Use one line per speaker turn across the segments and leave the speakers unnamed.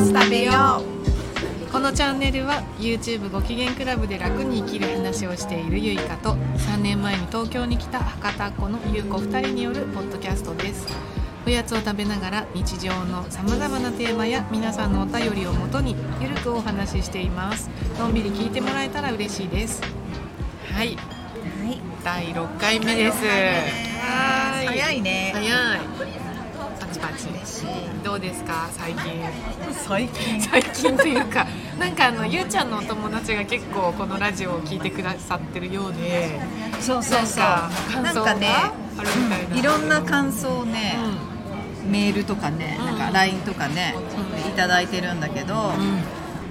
ス食べようこのチャンネルは YouTube ご機嫌クラブで楽に生きる話をしているゆいかと3年前に東京に来た博多っ子のゆうこ2人によるポッドキャストですおやつを食べながら日常のさまざまなテーマや皆さんのお便りをもとにゆるくお話ししていますのんびり聞いてもらえたら嬉しいですはい
はい。
第6回目ですはー
早いね。
早いパチパチ
しい。
どうですか最近
最近。
最近というかなんかあのゆうちゃんのお友達が結構このラジオを聞いてくださってるようで
そうそうそう。
な
なん
か感
ん
想が
かね、
あるみたいな
うんいろんな感想をね、メールとかね、
うん
なんか LINE とかね、
うん
いただいてるんだけど、
うん、う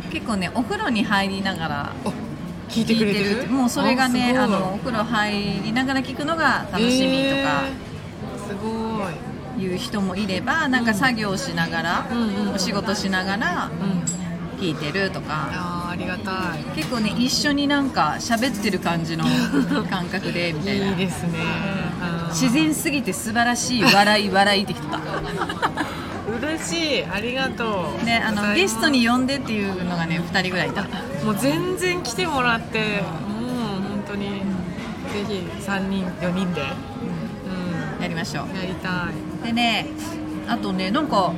ん、
結構ね、お風呂に入りながら
聞いて
聞
く
い
れ
て
て
る。
る
もうそれがね、
あ
あ
すごい
のお風呂入りながら聞くのが楽しみとか。
えーすごい
いう人もいればなんか作業しながら、
うんうん
お仕事しながら
うん
聞いてるとか、
あーありがたい
結構ね一緒になんか喋ってる感じの感覚でみたい
いい
な
ですねあー
自然すぎて素晴らしい笑い笑いってきてた
嬉しいありがとう
ねあのゲストに呼んでっていうのがね2人ぐらいいた
もう全然来てもらってもう本当にぜひ3人4人でう
やりましょ
んやりたいう
でねあとねなんか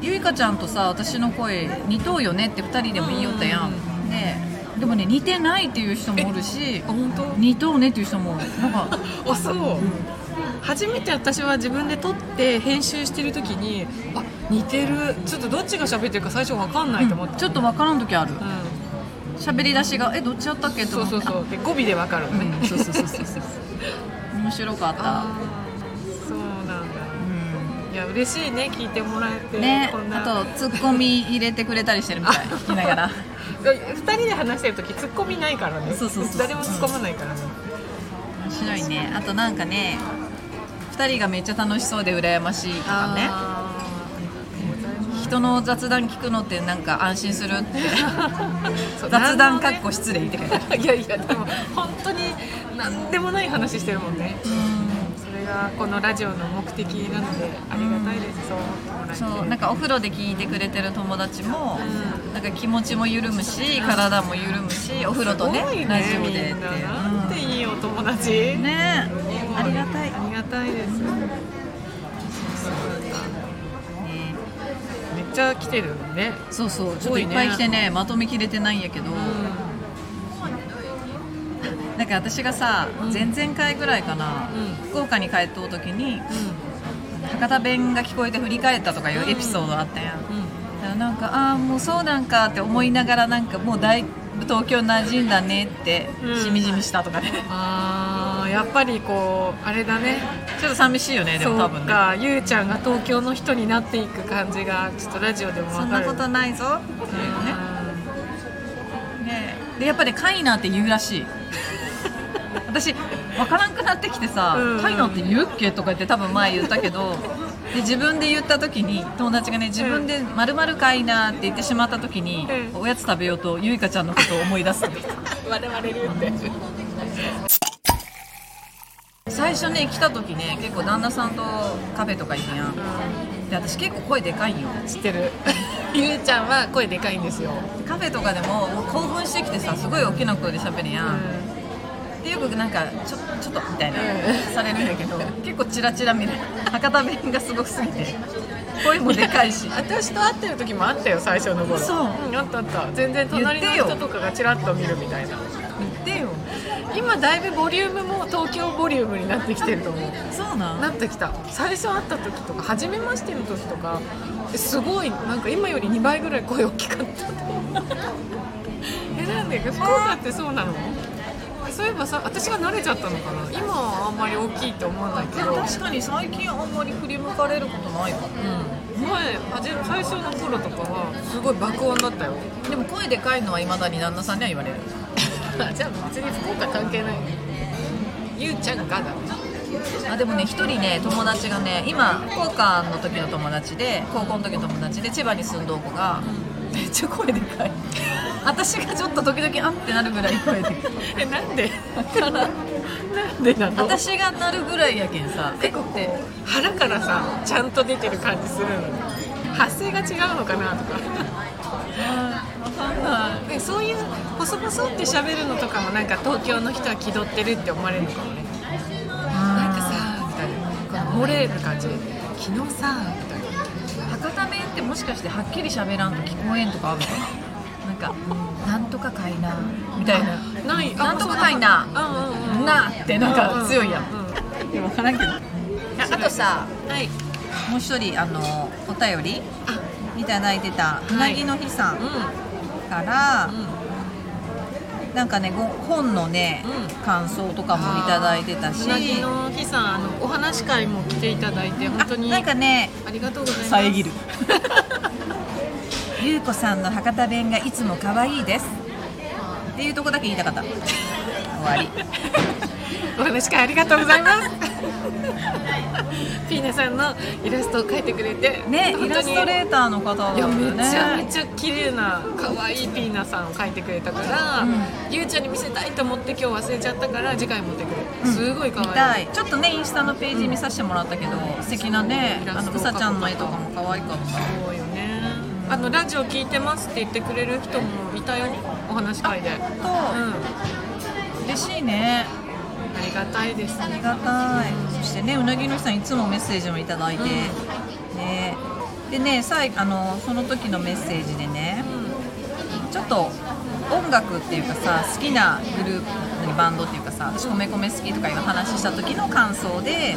ゆいかちゃんとさ私の声似とうよねって2人でも言いよったやん、
うんう
ねでもね似てないっていう人もおるし
あ本当
似とうねっていう人もなんか
あそう、初めて私は自分で撮って編集してる時にあ似てるちょっとどっちが喋ってるか最初わかんないと思って、
ちょっと分からん時ある
うん
喋り出しがえどっちやったっけと
そう
思って
そうそうで語尾でわかるのね、
うんそうそうそうそうそう面白かった
あーそうなんだ
う
いや嬉しいね聞いてもらえて、
んね
こんな
あとツッコミ入れてくれたりしてるみたい 聞きながら
2人で話してる時ツッコミないからね
そうそうそう
誰も突っ込まないからね、
面白いねあとなんかね2人がめっちゃ楽しそうで羨ましいとかね人の雑談聞くのってなんか安心するって
そう
雑談か
何
っ
の
こ失礼って書いてある
ね いやいやでも本当に何でもない話してるもんねそれがこのラジオの目的なのでありがたいです、そう思ってもらえて
そうなんかお風呂で聞いてくれてる友達もなんか気持ちも緩むし体も緩むしお風呂とね
すごいね
ラジオでっていう
みんななんていいお友達、ね、
ねありがたい、ね
ありがたいですめっちゃ来てるのね
そうそうちょっといっぱい来てねまとめきれてないんやけど、
う
なんか私がさ、
うん
前々回ぐらいかな、
うん
福岡に帰っとう時に
ん
博多弁が聞こえて振り返ったとかいうエピソードあったやん、だからなんかああーもうそうなんかって思いながらなんかもうだいぶ東京馴染んだねって
うん
しみじみしたとかね、
あーやっぱりこうあれだね
ちょっと寂しいよねで
そ
も
う
多分ね
かゆうちゃんが東京の人になっていく感じがちょっとラジオでも
そ
わ
んな
かる
ことないぞっていうねねでやっぱりカイナーって言うら しい私分からんくなってきてさ
う
「
ん
カイナーって言うっけ?」とか言って多分前言ったけ どで自分で言った時に友達がね自分で「まるカイナーって言ってしまった時に、
うん
おやつ食べようとゆいかちゃんのことを思い出す
我々流って
最初ね来た時ね結構旦那さんとカフェとか行くやんで私結構声でかいんよ
知ってる ゆうちゃんは声でかいんですよ、
カフェとかでももう興奮してきてさすごい大きな声で喋るやんでよくなんかちょちょっとみたいな、
うん
されるんだけど結構チラチラ見る博多弁がすごすぎて声もでかいし
私と会ってる時もあったよ最初の頃
そうん
あったあった全然隣
言
の
っ
人
てよ
とかがチラッと見るみたいな
言ってよ
今だいぶボリュームも東京ボリュームになってきてると思う
そうなん
なってきた最初会った時とか初めましての時とかえすごいなんか今より2倍ぐらい声大きかったえなんで福岡ってそうなのそういえばさ私が慣れちゃったのかな今はあんまり大きいと思わないけど、うん、
確かに最近あんまり振り向かれることないかも
前初め最初の頃とかはすごい爆音だったよ
でも声でかいのはいまだに旦那さんには言われる
じゃあ別に福岡関係ないねゆうちゃんがだね
あでもね一人ね友達がね今福岡の時の友達で高校の時の友達で千葉に住んどう子がめっちゃ声でかい私がちょっと時々あってなるぐらい声でかい
えなんでなんでなの
私がなるぐらいやけんさ結構って
腹からさちゃんと出てる感じするの発声が違うのかなとか
わかんない
でそういうポソポソって喋るのとかもなんか東京の人は気取ってるって思われるのかもね
なん
な
か
んか
さ
さみたいなこの漏れる感じ昨日さみたいな
博多弁ってもしかしてはっきり喋らんと聞こえんとかあるのかななんか「なんとかかいな」みたいな
ない
なんとかないな
うんうん
「
うん
な」ってなんか強いやん
う
いや分からんけどあとさ
はい
もう一人あのお便り
あ
いただいてたうなぎの日さ
うん
ん
う
から、
ん
なんかねご本のね、
う
感想とかもいただいてたし
うなぎの日さんあのお話会も来ていただいて本当
あ
に
なんかね
ありがとうございます
遮るゆうこさんの博多弁がいつも可愛いですっていうとこだけ言いたかった終わり
お話会ありがとうございます ピーナさんのイラストを描いてくれて
ねイ
本当に
ラストレーターの方だ
い
よ
やめ
ね
ちゃめちゃ綺麗な可愛いピーナさんを描いてくれたから、
うん
ゆうちゃんに見せたいと思って今日忘れちゃったから次回持ってくる、
うん
すごい可
見
愛い
たいちょっとねインスタのページ見させてもらったけど、素敵なね
そうイラ
あ
スト
の
を
うさちゃんの絵とかも可愛かった
そうよねあのラジオ聞いてますって言ってくれる人もいたよねお話会でうん
と、
あ
嬉しいね
りがたいです
ありがたいそしてねうなぎの日さんいつもメッセージもいただいて、
うん
ねでね最あのその時のメッセージでね
う、
ちょっと音楽っていうかさ好きなグループ何バンドっていうかさ私米米好きとかいう話した時の感想で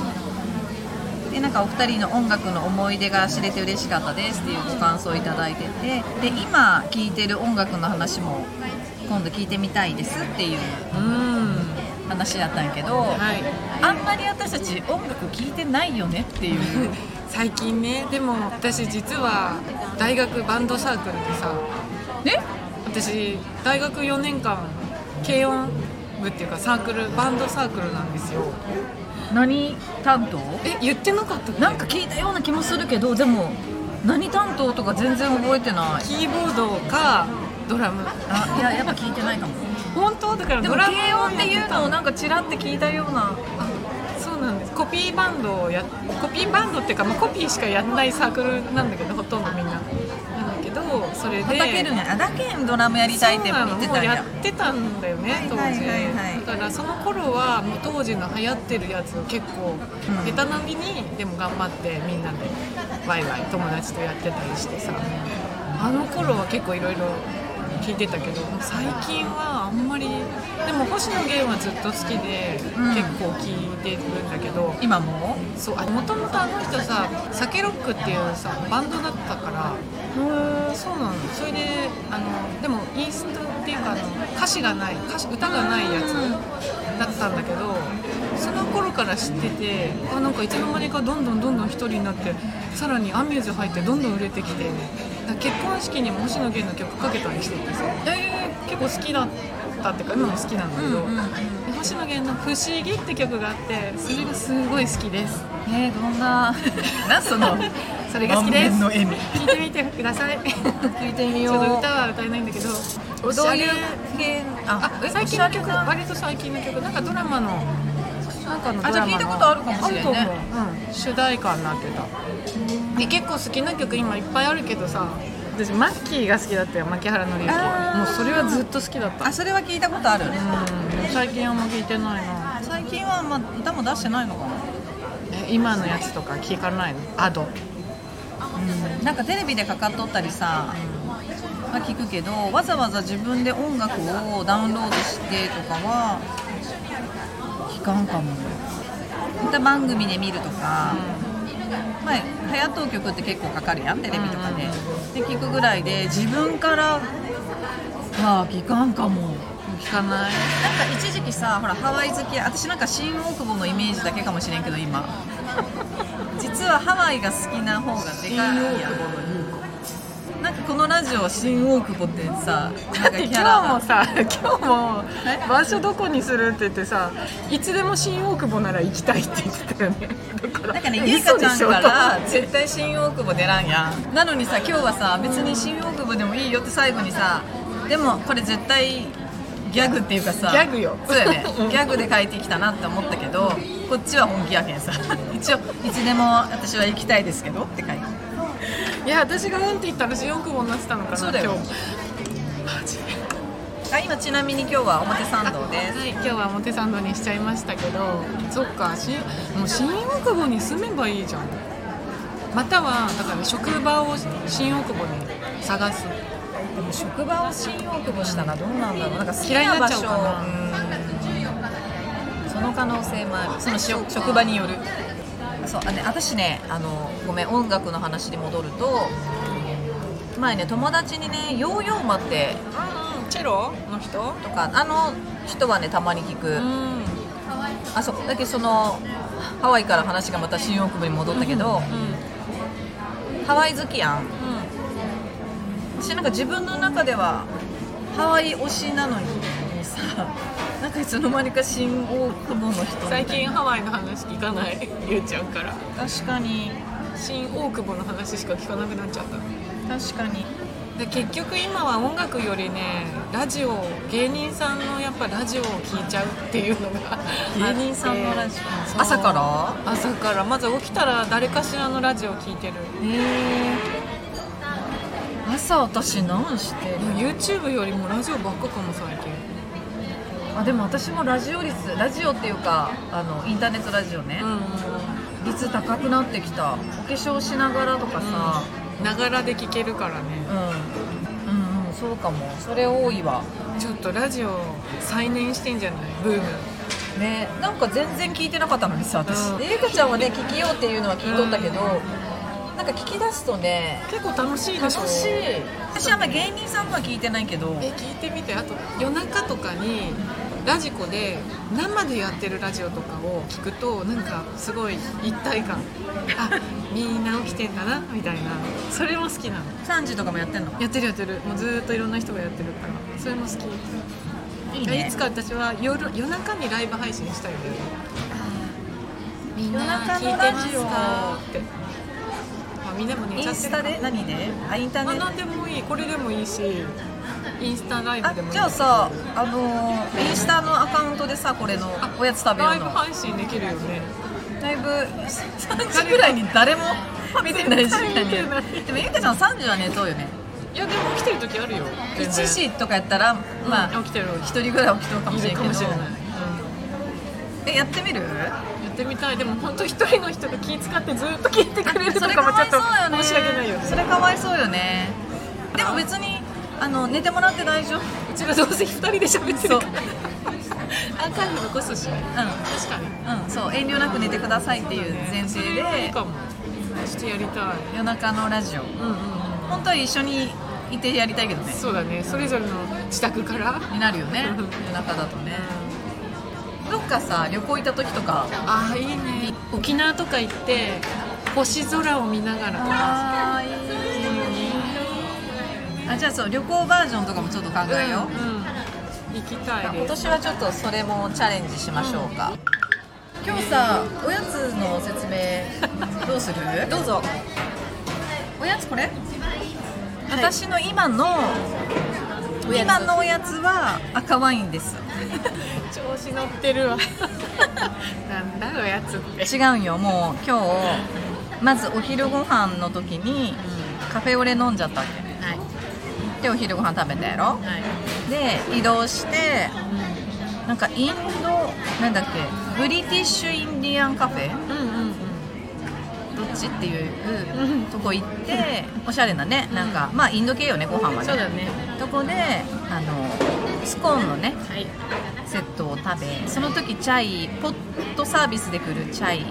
でなんかお二人の音楽の思い出が知れて嬉しかったですっていうご感想をいただいててで今聴いてる音楽の話も今度聞いてみたいですっていうん
うん、
話だったんやけど、
はい
あんまり私たち音楽聴いてないよねっていう
最近ねでも私実は大学バンドサークルでさ
ね
私大学4年間軽音部っていうかサークルバンドサークルなんですよ
何担当
え言ってなかったっけ
なんか聞いたような気もするけどでも何担当とか全然覚えてない
キーボードかドラム
あいややっぱ聞いてないかも
本当だから
でも
ドラム
軽音っていうのをなんかちらって聞いたような
あそうなんですコピーバンドをやコピーバンドっていうか、まあ、コピーしかやんないサークルなんだけどほとんどみんななんだけどそれで
はたけるんやあだけんドラムやりたいって言って
そ
たん
うなのもう
や
やってたんだよね当時、
はいはいはいはい
だからその頃はもう当時の流行ってるやつを結構
うん
下手なぎにでも頑張ってみんなでワイワイ友達とやってたりしてさあの頃は結構いろいろ聞いてたけど最近はあんまりでも星野源はずっと好きで、
うん
結構聞いてるんだけど
今も
そうもともとあの人さサケロックっていうさバンドだったからそうなのそれであのでもインストっていうかあの歌詞がない歌詞歌がないやつだったんだけどその頃から知っててあなんかいつの間にかどんどんどんどん一人になってさらにアミューズ入ってどんどん売れてきてだから結婚式にも星野源の曲かけたりしててさ
え
結構好きだったっていうか今も好きなんだ
う
け
ん
ど、
うんうん
星野源の「不思議」って曲があってそれがすごい好きです
えー、どんな なんその
それが好きです
満面の笑み
聞いてみてくださいち
聞いてみ
ょ
よ
っ
う
と歌は歌えないんだけどおし
どう
ゃれ
いう系
あ
え
最近の
お
曲
しゃれな
割と最近の曲なんかドラマのなんかの
あ
ド
じゃあ
ラマの
聞いたことあるかもしれんね
あると思ううん主題歌になってたで結構好きな曲今いっぱいあるけどさ私マッキーが好きだったよ牧原紀之
あー
もうそれはずっと好きだった
あそれは聞いたことある、
うん最近あんま聞いてないな
最近は、まあ、歌も出してないのかな
え今のやつとか聞かないのアド
うんなんかテレビでかかっとったりさ、は聞くけどわざわざ自分で音楽をダウンロードしてとかは聞かんかも歌番組で見るとか、前流行っとう曲って結構かかるやんテレビとかで、で聞くぐらいで自分からは聞かんかも
聞か
なんか
ない
一時期さほらハワイ好き私なんか新大久保のイメージだけかもしれんけど今実はハワイが好きな方がでかいやんなんかこのラジオ新大久保ってさなんかキャ
今日も
ラ
さ今日も
え
場所どこにするって言ってさいつでも新大久保なら行きたいって言ってたよねだから
なんかねゆい
嘘
かち
で
ゃん
しょ
から絶対新大久保出らんやんなのにさ今日はさ別に新大久保でもいいよって最後にさでもこれ絶対ギャグっていうかさ
ギャグよ
そうやね
うん
ギャグで書いてきたなって思ったけど こっちは本気やけんさ一応いつでも私は行きたいですけどって書いて
いや私がうんって言ったら4雲になってたのかな
そうだよ
今日マジ
あ今ちなみに今日は表参道で
はい、今日は表参道にしちゃいましたけどそっかしもう新大久保に住めばいいじゃんまたはだから職場を新大久保に探す
すでも職場を新大久保したらどうなんだろうなんか好き
嫌いに
な場
なっちゃう
所
かな
うんその可能性もあるそのしょ職場によるそうあね私ねあのごめん音楽の話に戻ると前ね友達にねヨーヨーマって
チェロの人
とかあの人はねたまに聞く、
うん
あそうだけどそのハワイから話がまた新大久保に戻ったけど、ハワイ好きやん私なんか自分の中ではハワイ推しなのにもうさなんかいつの間にか新大久保の人みたいな
最近ハワイの話聞かないゆうちゃんから
確かに
新大久保の話しか聞かなくなっちゃった
確かに
で結局今は音楽よりねラジオ芸人さんのやっぱラジオを聞いちゃうっていうのが
芸人さんのラジ
あって
オ朝から
朝からまず起きたら誰かしらのラジオ聞いてる
へえ朝私何してる
YouTube よりもラジオばっかかも最近
あでも私もラジオ率ラジオっていうかあのインターネットラジオね、
ん
率高くなってきたお化粧しながらとかさ
ながらで聞けるからね
うん、うんうんそうかもそれ多いわ
ちょっとラジオ再燃してんじゃないブーム
ねなんか全然聞いてなかったのにさ私
うん
でゆかちゃんはね聞きようっていうのは聞いとったけど、なんか聞き出すとね
結構楽しいで
楽
しょ
しい私あんま芸人さんとは聞いてないけど
え聞いてみてあと夜中とかにラジコで生でやってるラジオとかを聞くとなんかすごい一体感あみんな起きてんだなみたいなそれも好きなの
3時とかもやってんの
やってるやってるもうずーっといろんな人がやってるからそれも好き
い
い,、つか私は夜夜中にライブ配信したいよねみんな聞いてま
夜
す
中の
か
ラ
ってあみんなも寝
イ
ちゃ
ン
って
ス
る
タで何であインター
まあ
ネット
何でもいいこれでもいいしインスタライブ
あ
でもいい
じゃあさあのーインスタのアカウントでさこれのおやつ食べよ
ラ
う
イブ
の
配信できるよね
だいぶ3時ぐらいに誰も見てない時間
見
に
てない
でもゆうかちゃん3時は寝とうよね
いやでも起きてる時あるよ
1時とかやったらま
うん
あ
起きてる起き
1人ぐらい起きとうかもしてれ
る
ん
か
け
も
ど
しれない、
えやってみる
うん、やってみたいでも本当一人の人が気使ってずっと聞いてくれると
それ
か
か
も
わ
ちょ
い
っ
そうよね
と申し訳ないよね
それかわいそうよねでも別にあの寝てもらって大丈夫
うちらどうせ二人で喋って
そ
るか
う
らアーカイブ残すしね
う
確かに
ん、うん、そう遠慮なく寝てくださいっていう前提
そ
で
れいいかもちょっとやりたい
夜中のラジオ
うんうんうん
本当は一緒にいてやりたいけどね
そうだねそれぞれの自宅から
になるよね
うん
夜中だとねどっかさ旅行行った時とか
ああいいね沖縄とか行って星空を見ながらとか
あーいいあじゃあそう旅行バージョンとかもちょっと考えよう、
うん、行きたい
今
で
年
す
はちょっとそれもチャレンジしましょうか、今日さおやつの説明どうする どうぞおやつこれ、私の今の今のおやつは赤ワインです
調子乗ってるわ なんだおやつって
違うんよもう今日まずお昼ご飯の時にカフェオレ飲んじゃったわけね
はい
でお昼ご飯食べたやろ
はい
で移動してなんかインドなんだっけブリティッシュインディアンカフェ
うんうんうん
どっちっていう
うん
とこ行っておしゃれなねなんかまあインド系よねご飯はね
そうだね
とこであのスコーンのね
はい
セットを食べその時チャイポットサービスで来るチャイ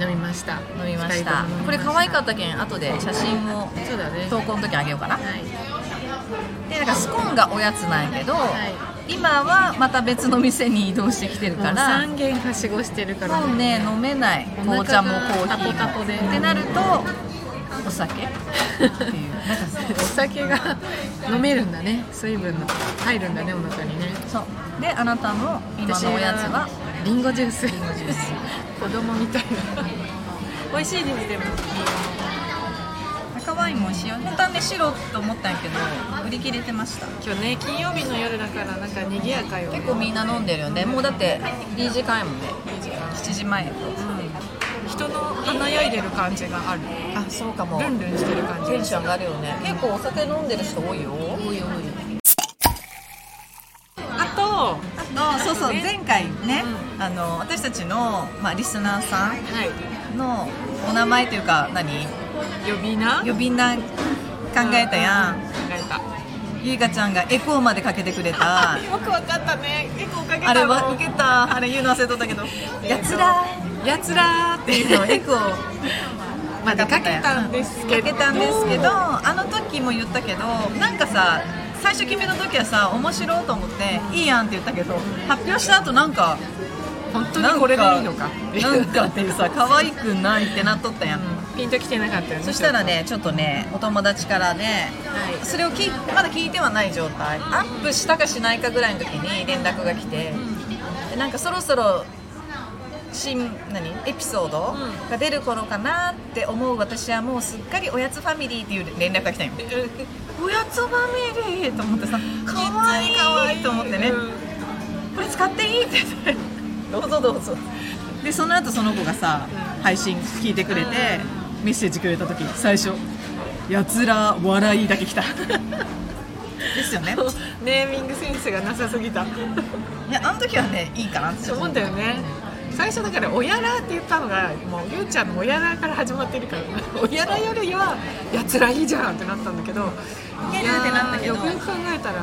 飲みました
飲みましたこれ可愛かったけん後で写真を
そうだね
投稿の時あげようかな
はい
でなんかスコーンがおやつなんやけど、
は
今はまた別の店に移動してきてる
も
か
う
ら
三軒はしごしてるから
もうね飲めない
お腹が
紅茶もコーヒーも
タポタポで
ってなるとお酒っていうなんかさ
お酒が飲めるんだね水分の入るんだねお腹にね
そうであなたの今のおやつは
リンゴジュースリンゴジュース子供みたいな 美味しいですでも
赤ワインも美味しいよね本当はね白と思ったんやけど売り切れてました
今日ね金曜日の夜だからなんか賑やかよ
結構みんな飲んでるよねもうだっていい時間やもんね
いい時間
7時前
うん一人の華やいでる感じがある
あそうかも
ルンルンしてる感じ
テンション上がるよね結構お酒飲んでる人多いよ
多い多いあと
のそうそう
ね
前回ね、あの私たちの、まあ、リスナーさん
はい
のお名前というか何
呼び名
呼び名考えたやん
考えた
ゆいかちゃんがエコーまでかけてくれた
よくわかったね結構かけた
あれは
の
受けたあれ言うの忘れとったけど「やつら
やつらーっ
ー」って
て
いうのを
いう
エコー
のまでかけたんですけ
か
ど
けたんですけどあの時も言ったけどなんかさ最初決めた時はさ面白いと思って「いいやん」って言ったけど発表した後なんか
本当にこれでいいのか
なんかっていうさ可愛くないってなっとったやん、
うんピンときてなかったよね
そしたらねちょっとねお友達からね
はい
それを聞いまだ聞いてはない状態アップしたかしないかぐらいの時に連絡が来てでなんかそろそろ新何エピソード
うん
が出る頃かなって思う私はもうすっかりおやつファミリーっていう連絡が来たんよおやつファミリーと思ってさ可愛いと思ってね、これ使っていい って言ってどうぞどうぞでその後その子がさ、
う
配信聞いてくれて、メッセージくれた時最初「やつら笑い」だけ来た ですよね
ネーミングセンスがなさすぎた
いやあの時はねいいかなって
そう思ったよね最初だから「おやら」って言ったのがもうゆうちゃんの「おやら」から始まってるから「おやら」よりは「やつらいいじゃん」ってなったんだけど
いやいやってなったけど
いやーよくよく考えたら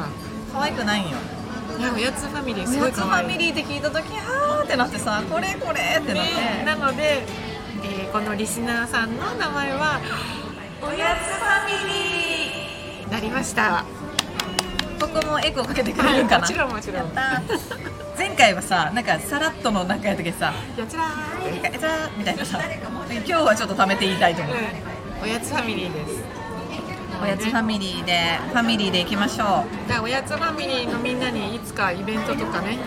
可愛くないんよ
いやおやつファミリー
お
すご
や
い
つフ
可愛
ァ
い
ミリーって聞いた時はーってなってさこれこれってなって、
ねなので、えーこのリスナーさんの名前は
おやつファミリ
なりました
ーここもエコーかけてくれるかな、
もちろんもちろん
やっ
や
た前回はさなんかさらっとの中やったけどさ
つらー
なんかえらみたいなさ今日はちょっと貯めて言いたいと思う
うんおやつファミリーです
おやつファミリーでファミリーで行きましょ
だからおやつファミリーのみんなにいつかイベントとかね、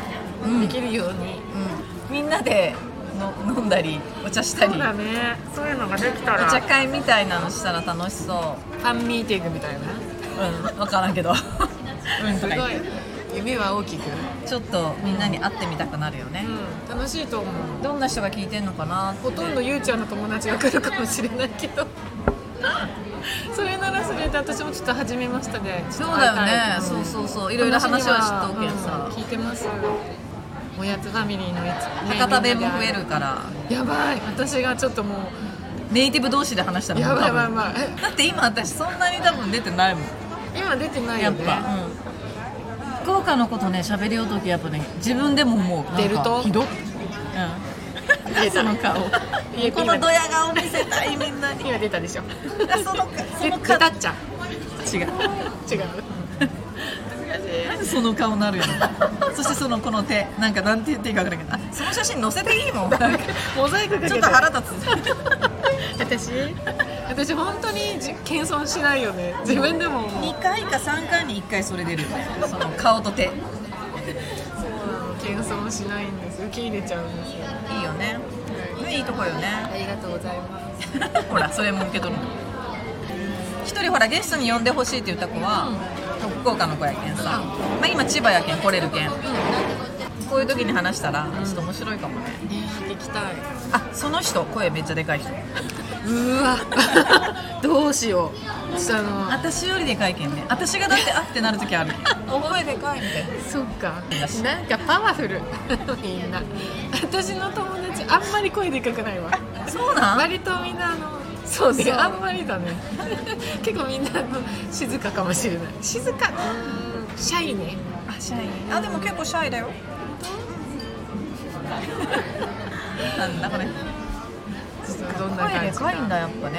うん
できるように
う、うん、みんなでの飲んだりお茶したり
そうだねそういうのができた
お
ら
茶
フ
会みたいなのしたら楽しそ
ァンミーティングみたいな
ううん分からん けどうん
す
と
ご
か
い
言って
夢は大きく、
ちょっとみんなに会ってみたくなるよね、
うん、楽しいと思う
どんな人が聞いてんのかな
ほとんどゆうちゃんの友達が来るかもしれないけど それならそれで私もちょっと始めましたで
そうだよね、
ちょっと会いた
そうそうそうい
い
ろいろ話はしとくけどさ、
うん聞いてますおやつファミリーのやつ、ね
博多弁も増えるから
やばい私がちょっとも
ネイティブ同士で話した
う
ら
やばいやばい
多
や
分
ばいえ
だって今私そんなに多分出てないもん
今出てない
や
よ
っ
ね
ぱ、福岡のことね喋りようときやっぱね自分でももうなんか
出ると
ひどっ、
言え
う
た
ん、そ の顔
言えた
このドヤ顔見せたいみんなに
今出たでしょ
あ そのそ
出
の
た
顔
っちゃう
違う
違う
その顔なるよね そしてそのこの手なんかなんて言っていいか分からんけどあその写真載せていいもんなんか
モザイクかけ
ち
て
ょっ
る
と腹立
私私本当にじ謙遜しないよね自分でも
つ
思う
2回か3回に1回それ出るよねその顔と手いい
そうなの謙遜しないんです受け入れちゃうんですよ
よねいいとこよね
ありがとうございます
ほらそれも受け取るの一人ほらゲストに呼んでほしいって言った子は、福岡の子やけんさ、
うん
まあ、今千葉やけん来れるけん、こういう時に話したらちょっと面白いかもね、
ね聞きたい
あその人声めっちゃでかい人
うわ どうしようその
私よりでかいけんね私がだ ってあってなる時あるお声でかいみたいな
そっかなんかパワフルみんな私の友達あんまり声でかくないわ
そうなん
割とみんなあのそうね
そう
あんまりだね 結構みんなあの静かかもしれない静かうんシャイね
あシャイあでも結構シャイだよなんだこれ
ちょっとどんな
声
感
で
じ
かいんだやっぱね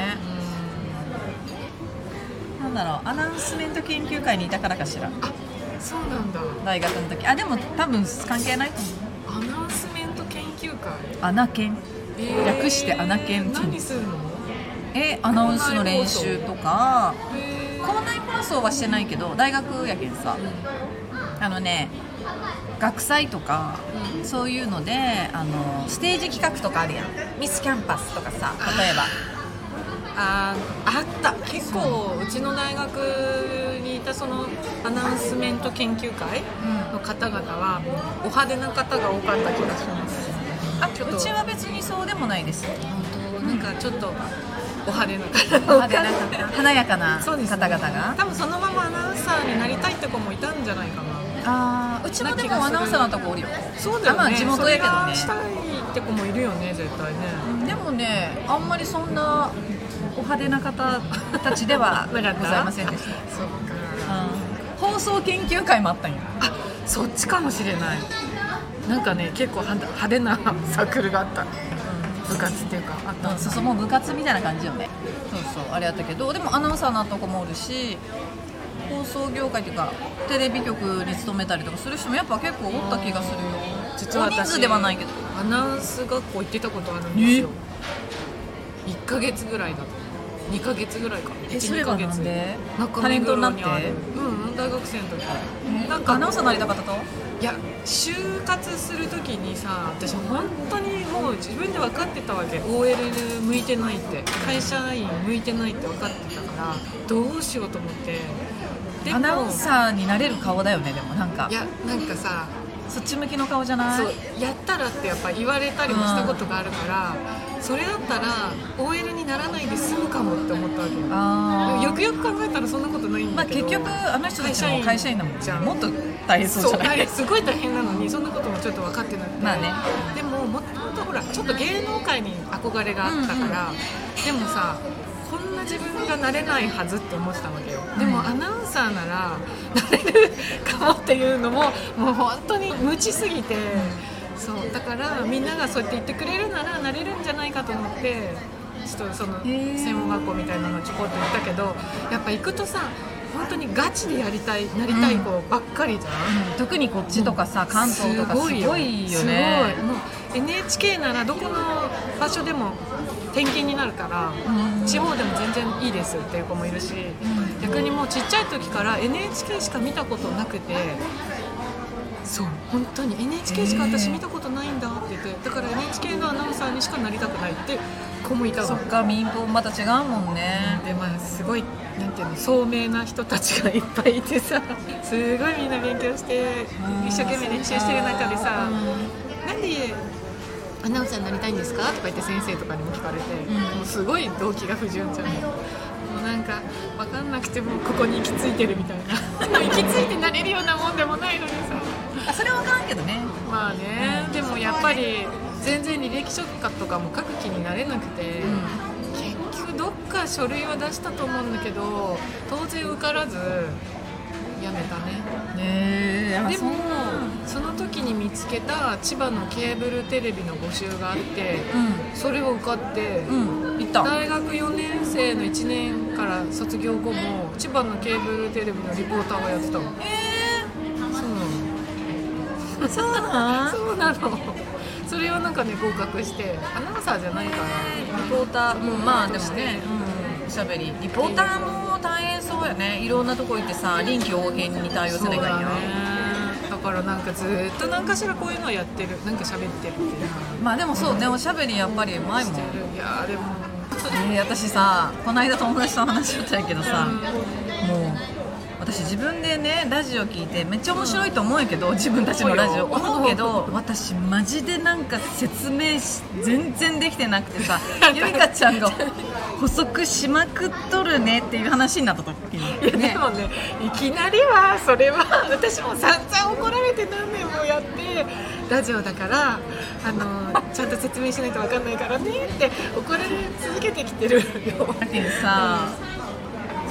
なんだろうアナウンスメント研究会にいたからかしら
そうなんだ
大学の時あでも多分関係ないと思う
アナウンスメント研究会、
穴研略してアナ
ケ
研
ン何するの
えアナウンスの練習とか
へー
校内放送はしてないけど大学やけんさあのね学祭とか
う
そういうのであのステージ企画とかあるやんミスキャンパスとかさ例えば
あーあった結構うちの大学にいたそのアナウンスメント研究会の方々はお派手な方が多かった気がします
あうちは別にそうでもないです
なんかちょっとお派手な
派手な華やかな
そ
方
うですね
々が
多分そのままアナウンサーになりたいって子もいたんじゃないかな
あーうちもでもアナウンサーのとこおるよ
そうだよね
あまあ地元やけどね
それがしたいって子もいるよね絶対ね
でもねあんまりそんなお派手な方たちで はござ
なか
い
った
ませんでし
そっか
た放送研究会もあったんや
あそっちかもしれないなんかね結構は派手なサークルがあった部活っていうかあった
うん、そうそうもう部活みたいな感じよねそうそうあれやったけどでもアナウンサーなとこもおるし放送業界というかテレビ局に勤めたりとかする人もやっぱ結構おった気がするよ
実は私
大人数ではないけど
アナウンス学校行ってたことあるんですよ1ヶ月ぐらいだと2ヶ月ぐらいかな
え
1
それは
2ヶ
な
月
んで
中
タレント
目黒
になっ
に
て
あるうんうん大学生の時
なんかアナウンサーになりたかったと
いや就活する時にさ私本当にもう自分で分かってたわけ OL 向いてないって会社員向いてないって分かってたからどうしようと思ってでも
アナウンサーになれる顔だよねでもなんか
いやなんかさ
そっち向きの顔じゃない
そうやったらってやっぱ言われたりもしたことがあるから、それだったら OL にならないで済むかもって思ったわけよ
あー
よくよく考えたらそんなことないん
ま
だ
あ
けど、
結局あの人たちも会
会
社
社
員
員
だもん
じ
じ
ゃ
ゃ
ん
もっと大変そう
そ
じ
う
ゃない
はいすごい大変なのにそんなこともちょっと分かってなくて
まあね
でももともとほらちょっと芸能界に憧れがあったから、
うんうん
でもさこんな自分がなれないはずって思ってたわけよで
う
も
ん
アナウンサーならなれるかもっていうのももう本当に無知すぎてそうだからみんながそうやって言ってくれるならなれるんじゃないかと思ってちょっとその
へー
専門学校みたいなのちょこっと行ったけどやっぱ行くとさ本当にガチでやりたいなりたい子ばっかりじゃん
特にこっちとかさ関東とかすごいよね
すごいもう NHK ならどこの場所でも転勤になるから、
うん
地方でも全然いいですっていう子もいるし、
ん
逆にもうちっちゃい時から NHK しか見たことなくてそう本当に NHK しか私見たことないんだって言ってだから NHK のアナウンサーにしかなりたくないって子もいた
そ
の
っか民放また違うもんね
でまあすごいなんていうの聡明な人たちがいっぱいいてさ すごいみんな勉強して一生懸命練習してる中でさ「なんでアナウンサーになりたいんですか?」とか言って先生とかにも聞かれて、
うん
もうすごい動機が不純じゃないもうなんか分かんなくてもここに行き着いてるみたいな 行き着いてなれるようなもんでもないのにさ
あそれは分からんけどね
まあねでもやっぱり全然履歴書とかも書く気になれなくて。結局どっか書類は出したと思うんだけど当然受からずやめたね
ねえ
でもその時に見つけた千葉のケーブルテレビの募集があってそれを受かって、
うんうん行った
大学4年生の1年から卒業後も千葉のケーブルテレビのリポーターをやってたの
え
そうなの
ーそうなん
そうなのそれはなんかね合格してアナウンサーじゃないから
リポーターもまあでもねうんおしゃべりリポーターも大変そうやねいろんなとこ行ってさ臨機応変に対応せ
そ
な
うだ
きゃいけない
ね
よ
だからなんかずっと何かしらこういうのはやってるなんか喋ってるっていうか
まあでもそうねおしゃべりやっぱりうまいもん
してるいやーでも
えー私さこの間友達と話しちゃったんやけどさ、もう私自分でねラジオ聞いてめっちゃ面白いと思うんやけど、自分たちのラジオ
思うよ
思うけど私マジでなんか説明し全然できてなくてさ ゆいかちゃんが補足しまくっとるねっていう話になった時に
いやでもねいきなりはそれは私も散々怒られて何年もやってラジオだからあのーちゃんと説明しないと分かんないからねって怒られ続けてきてるよ
だけどさ、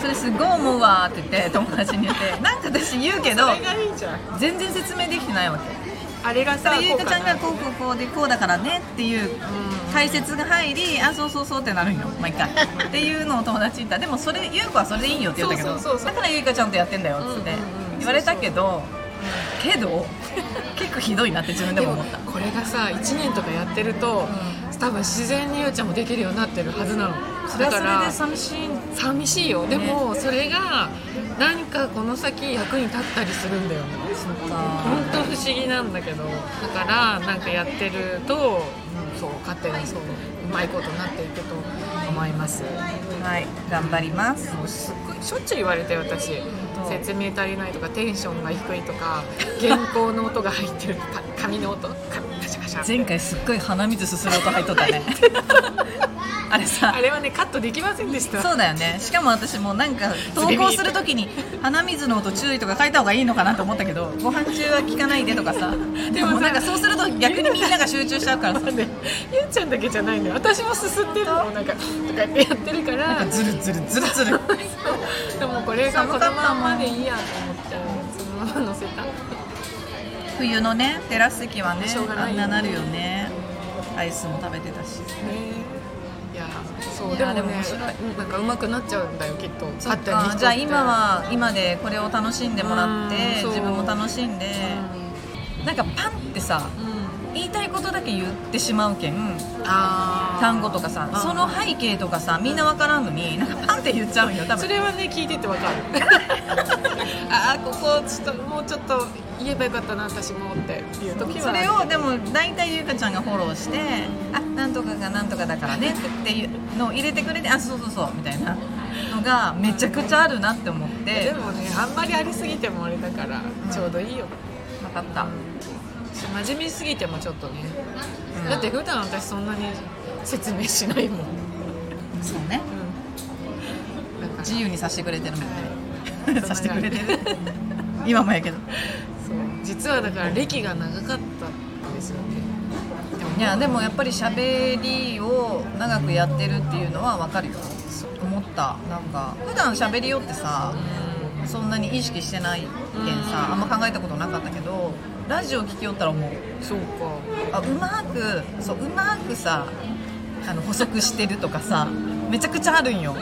それすごい思うわって言って友達に言 ってなんか私言うけど
それがいいじゃん
全然説明できてないわけ
あれが
そ
さ
れゆいかちゃんが
こ
こうこうこうでこうだからねっていう
うかなうん
解説が入りあそうそうそうってなるんよ毎回っていうのを友達に言ったでもそれゆう子はそれでいいよって言ったけど
そうそうそうそう
だからゆいかちゃんとやってんだよっつって
うんうんうん
言われたけど、けど結構ひどいなって自分で
で
も
も
思った
これがさ1年とかやってると、多分自然にゆうちゃんもできるようになってるはずなの
それ
だ
は
か
それ
ら
で寂しい
寂しいよでもそれが何かこの先役に立ったりするんだよね本当不思議なんだけどだからなんかやってると、うんそう勝手にそううまいことになっていくと思います
はい頑張ります
もうすっごいしょっちゅう言われて私
当
説明足りないとかテンションが低いとか原稿の音が入ってるか紙の音紙カシャカシャ
前回すっごい鼻水すする音入っとったねあれさ
あれはねカットできませんでした
そうだよねしかも私もうなんか投稿するときに鼻水の音注意とか書いた方がいいのかなと思ったけどご飯中は聞かないでとかさでもなんかそうすると逆にみんなが集中しちゃうからさ
ねゆうちゃんだけじゃないのよ私もすすってるのもなんかとかってやってるから
なんかズルズルズルズル
でもこれが
寒
この
かったもん
まんまでいいやと思っちゃうそのまま乗せた
冬のねテラス席はね
しょうが
あ
ない
ん
よね
ななるよねアイスも食べてたし
いやそう
い
で
や
もね
でも面白い
うんなんか上手くなっちゃうんだよきっと
そっ
ったり
かじゃあ今は今でこれを楽しんでもらって
うんそう
自分も楽しんでなんかパンってさ言いたいことだけ言ってしまうけん
あー
単語とかさ
うん
その背景とかさみんなわからんのになんかパンって言っちゃうんよ多
そ
分
れはね聞いててわかる ああここちょっともうちょっと言えばよかったな私もっていう時は
それをでも大体ゆうかちゃんがフォローして「あなんとかがなんとかだからね」っていうのを入れてくれて「あそうそうそう」みたいなのがめちゃくちゃあるなって思って
でもねあんまりありすぎてもあれだからちょうどいいよ
分かった
真面目すぎてもちょっとね、
うん
だって普段私そんなに説明しないもん、うん、
そうね
だから
自由にさせてくれてるもん
は
ね
い
させてくれてる今もやけど
そう実はだから歴が長かったんですよねでも
いやでもやっぱり喋りを長くやってるっていうのは分かるよ思ったなんか普段喋りよってさそんなに意識してないけんさあんま考えたことなかったけどラジオ聞きよったらもう
うんそうか
あうまくそううまくさあの補足してるとかさめちゃくちゃあるんよ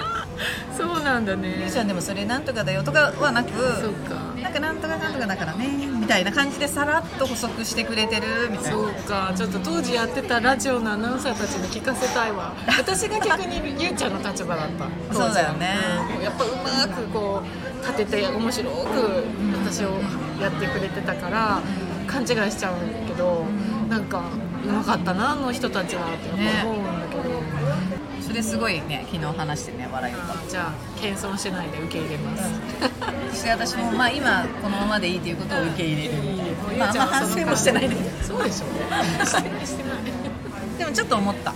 そうなんだね
ゆうちゃんでもそれなんとかだよとかはなく
そうか
なんかなんとかなんとかだからねみたいな感じでさらっと補足してくれてるみたい
そうかちょっと当時やってたラジオのアナウンサーたちに聞かせた いわ私が逆にゆうちゃんの立場だった当時は
そうだよね
うんやっぱうまくこう立てて面白く私をやってくれてたから勘違いしちゃうけどなんかうまかったなあの人たちはってやっぱ思うんだけど、
なそれすごいね昨日話してね笑いを
じゃあ謙遜しないで受け入れます、
そして私もまあ今このままでいいということを受け入れる
もうゆ
まああん
うち
ま
ゃんは
反
その
省もしてないね
そうでしょ反省してない
でもちょっと思った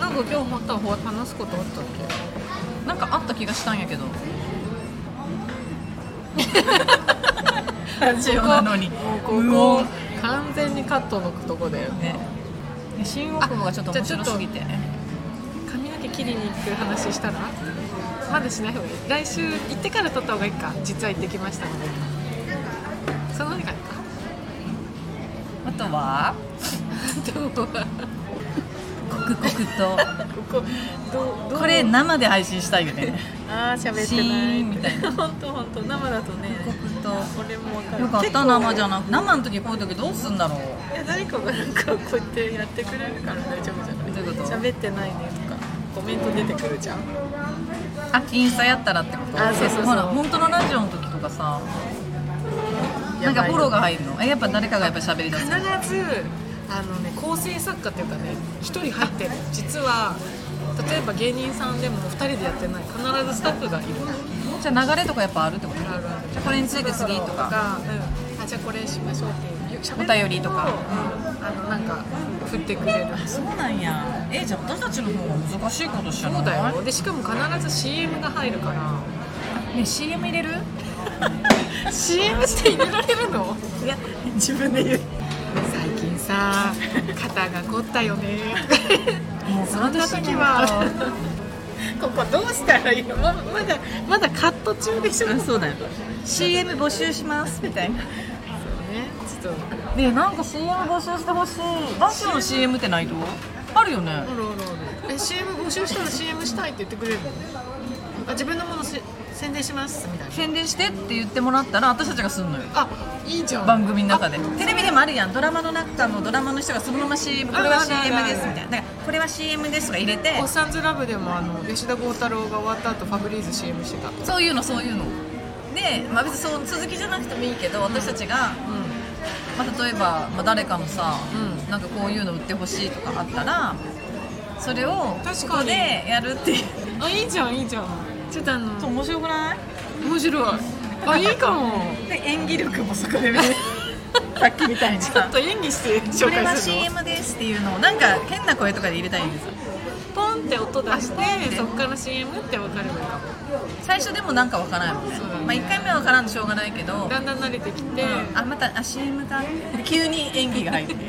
なんか今日また話すことあったっけ
なんかあった気がしたんやけどラジオなのに
もう
う
ここ
お
完全にカットのとこだよね
ね、新大久保がちょっと面白すぎて
髪の毛切りに行く話したらまだしない方がいい来週行ってから撮った方がいいか実は行ってきましたのでその方がいいか
あとは
どう
刻々
ここどうど
と
う
これ生で配信したいよね
ああ喋っ
シ
てない
ーンみたいな
本当本当生だとね
刻々
これもわか
と
る
よかった生じゃなく生の時こういう時どうすんだろう
いや誰かがなんかこうやってやってくれるから大丈夫じゃない
どういうこと
喋ってないねとかコメント出てくるじゃん
あインスタやったらってこと
あそうそうそう
ほら本当のラジオの時とかさなんかフォローが入るのえやっぱ誰かがやっぱ喋りだす
必ずあのね構成作家っていうかね1人入ってる実は例えば芸人さんでも2人でやってない必ずスタッフがいる
じゃあ流れとかやっぱあるってこと
あるある
じゃあこれについて次とか
うん、あじゃあこれしましょうっていう
お便りとか
うんあのなんか振ってくれる
そうなんやえじゃあ私たちの方が難しいことしちゃ
そうだよでしかも必ず CM が入るから
ね CM 入れる
CM して入れられるの
いや自分で言う
最近さ肩が凝ったよね
もうそ
そんな 時は ここどうしたらいいのままだまだカット中でしょ
そうだよ CM 募集しますみたいな
ね、ちょっと、
ねえなんか CM 募集してほしいラジオの CM ってないとあるよね
あるあるある。え、CM 募集したら CM したいって言ってくれるのあ、自分のものせ宣伝しますみたいな。
宣伝してって言ってもらったら私たちがすんのよ
あ、いいじゃん。
番組の中でテレビでもあるやんドラマの中のドラマの人がそのまま CM これは
ああるある
CM ですみたいなだからこれは CM ですとか入れて
おっさんずラブでもあの吉田剛太郎が終わった後ファブリーズ CM してた。
そういうのそういうので、まあ、別にそう続きじゃなくてもいいけど私たちが、
う
まあ、例えば、まあ、誰かのさ、
う
なんかこういうの売ってほしいとかあったらそれを
確
こ
かに
こでやるっていう
ん。あ、いいじゃんいいじゃん。ちょっとあの
面白くない
面白い。あ、いいかも。
で演技力もそこで見れる
さっきみたいに
ちょっと
演技して
これは CM ですっていうのをなんか変な声とかで入れたいんです
ポンって音出して
て
そっから CM って分かればいいかも
最初でもなんかわからんもんね
そうだね
まあ、1回目はわからんとしょうがないけど、うん
だんだん慣れてきて、
あまたあ CM か急に演技が入って ね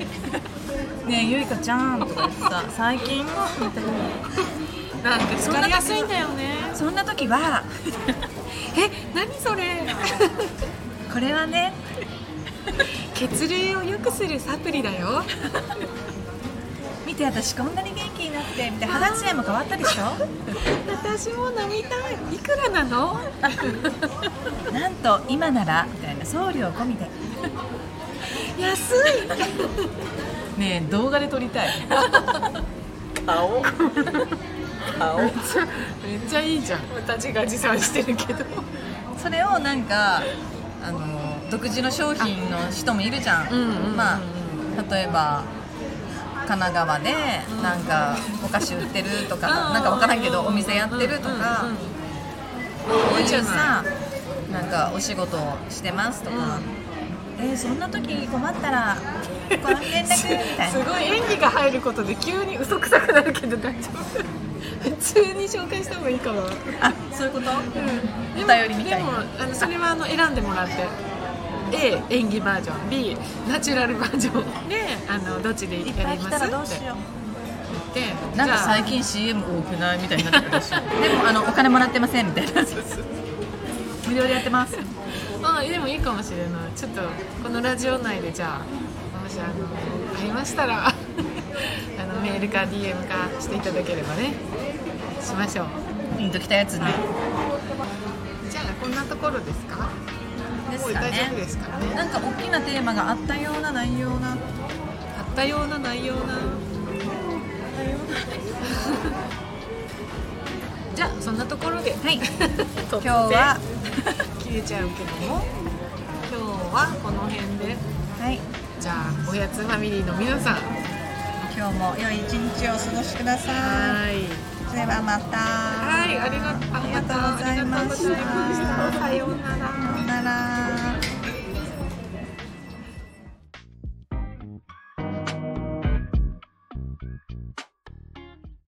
えゆいかちゃんとか言ってさ最近みたいな
なんか疲れやすいんだよね
そんな時は
え何そ れ
これはね
血流を良くするサプリだよ
見て私こんなに元気になってみたいな肌ツヤも変わったでしょ
私も飲みたいいくらなの
なんと今ならみたいな送料込みで
安い
ねえ動画で撮りたい顔顔
めっちゃいいじゃん私が持参してる けど
それをなんかあの独自の商品の人もいるじゃん、
うんうんうん
まあ例えば神奈川でなんかお菓子売ってるとかなんか分からんけどお店やってるとか
うんうんうん
宇宙さなんかお仕事してますとか、えーそんな時困ったらこの連絡みたい
す
な
ごい演技が入ることで急に嘘くさくなるけど大丈夫普通に紹介した方がいいかな
あそういうこと、
で
お便
も
りみたい
でも
な
あのそれはあの選んでもらって A 演技バージョン B ナチュラルバージョンであのどっちでやり
いっぱい
ま
来
す
たらどうし
っ
よう
て言って
なんか最
近
近 CM 多くないみたいになってるでしょ でもあのお金もらってませんみたいな無料でやってます
あでもいいかもしれないちょっとこのラジオ内でじゃあもしあのありましたら あのメールか DM かしていただければねしましょう
ピンときたやつね
じゃあこんなところですか
ですか
もう大丈夫
ね
ですからね
なんか大きなテーマがあったような内容な
あったような内容な じゃあそんなところで
はい
今
今日は
切れちゃうけども今日はこの辺で
はい
じゃあおやつファミリーの皆さんは
今日も良い一日をお過ごしくださ
ーい
いそれではまた
はいありがとうあ
ありがとうございました
ありがとうございましたさようなら
さようなら